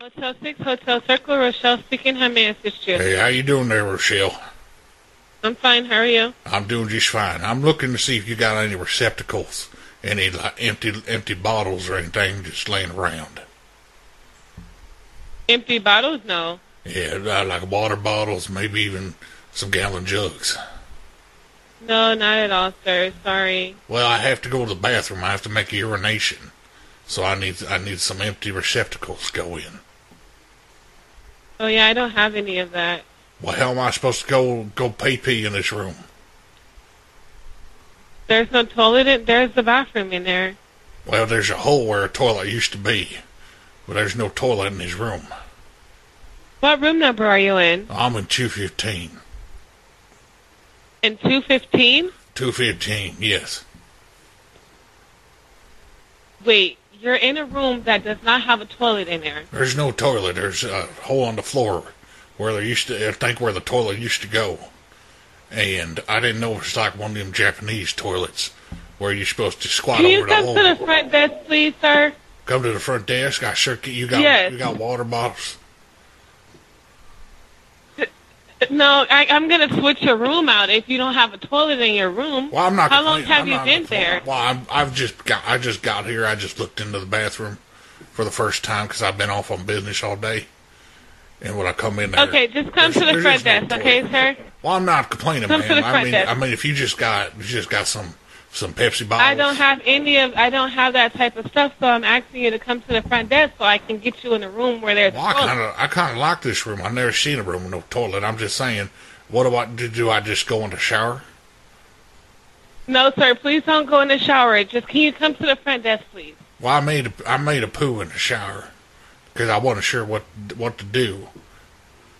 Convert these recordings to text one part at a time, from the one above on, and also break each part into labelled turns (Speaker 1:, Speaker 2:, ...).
Speaker 1: Motel 6, Hotel Circle, Rochelle speaking. How may I assist you?
Speaker 2: Hey, how you doing there, Rochelle?
Speaker 1: I'm fine. How are you?
Speaker 2: I'm doing just fine. I'm looking to see if you got any receptacles, any like empty empty bottles or anything just laying around.
Speaker 1: Empty bottles? No.
Speaker 2: Yeah, li- like water bottles, maybe even some gallon jugs.
Speaker 1: No, not at all, sir. Sorry.
Speaker 2: Well, I have to go to the bathroom. I have to make a urination, so I need I need some empty receptacles to go in.
Speaker 1: Oh, yeah, I don't have any of that.
Speaker 2: Well, how am I supposed to go go pee pee in this room?
Speaker 1: There's no toilet. In, there's the bathroom in there.
Speaker 2: Well, there's a hole where a toilet used to be, but there's no toilet in this room.
Speaker 1: What room number are you in?
Speaker 2: I'm in two fifteen.
Speaker 1: In 215?
Speaker 2: Two fifteen, yes.
Speaker 1: Wait, you're in a room that does not have a toilet in there.
Speaker 2: There's no toilet. There's a hole on the floor where there used to, I think, where the toilet used to go. And I didn't know it was like one of them Japanese toilets where you're supposed to squat
Speaker 1: Can you
Speaker 2: over the
Speaker 1: come
Speaker 2: hole.
Speaker 1: to the front desk, please, sir?
Speaker 2: Come to the front desk. I sure can- you got
Speaker 1: Yes.
Speaker 2: you got water bottles.
Speaker 1: No, I, I'm going to switch your room out if you don't have a toilet in your room.
Speaker 2: Well, I'm not.
Speaker 1: How long
Speaker 2: complaining.
Speaker 1: have
Speaker 2: I'm
Speaker 1: you
Speaker 2: not
Speaker 1: been
Speaker 2: complaining.
Speaker 1: there?
Speaker 2: Well, I'm, I've just got I just got here. I just looked into the bathroom for the first time because I've been off on business all day. And when I come in there,
Speaker 1: Okay, just come to
Speaker 2: there's-
Speaker 1: the
Speaker 2: there is
Speaker 1: front
Speaker 2: no
Speaker 1: desk, okay,
Speaker 2: toilet.
Speaker 1: sir?
Speaker 2: Well, I'm not complaining,
Speaker 1: Come to
Speaker 2: ma'am.
Speaker 1: the front
Speaker 2: I mean,
Speaker 1: desk.
Speaker 2: I mean, if you just got you just got some some Pepsi bottles.
Speaker 1: I don't have any of I don't have that type of stuff, so I'm asking you to come to the front desk so I can get you in a room where there's
Speaker 2: Well, I
Speaker 1: a toilet.
Speaker 2: kind of I kind of like this room. I've never seen a room with no toilet. I'm just saying, what do I do? Do I just go in the shower?
Speaker 1: No, sir, please don't go in the shower. Just can you come to the front desk, please?
Speaker 2: Well, I made a, I made a poo in the shower because I wasn't sure what what to do.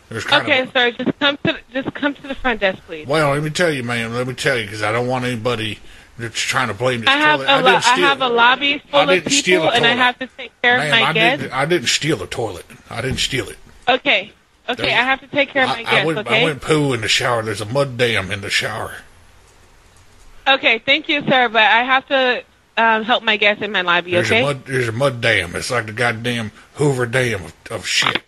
Speaker 2: There's kind
Speaker 1: Okay,
Speaker 2: of
Speaker 1: sir, just come to the- just come to the front desk, please.
Speaker 2: well, let me tell you, ma'am. Let me tell you because I don't want anybody that's trying to blame this
Speaker 1: I have
Speaker 2: toilet.
Speaker 1: a lo-
Speaker 2: didn't
Speaker 1: I
Speaker 2: steal,
Speaker 1: have a lobby full of
Speaker 2: didn't steal
Speaker 1: people,
Speaker 2: a
Speaker 1: and I
Speaker 2: toilet.
Speaker 1: have to take care of
Speaker 2: ma'am,
Speaker 1: my
Speaker 2: I
Speaker 1: guests.
Speaker 2: didn't I didn't steal the toilet. I didn't steal it.
Speaker 1: Okay, okay,
Speaker 2: There's-
Speaker 1: I have to take care of my
Speaker 2: I, I
Speaker 1: guests.
Speaker 2: went
Speaker 1: okay,
Speaker 2: I went poo in the shower. There's a mud dam in the shower.
Speaker 1: okay, thank you, sir, but I have to um, help my guests in my lobby.
Speaker 2: There's
Speaker 1: okay.
Speaker 2: a mud there's a mud dam. It's like the goddamn Hoover Dam of, of shit.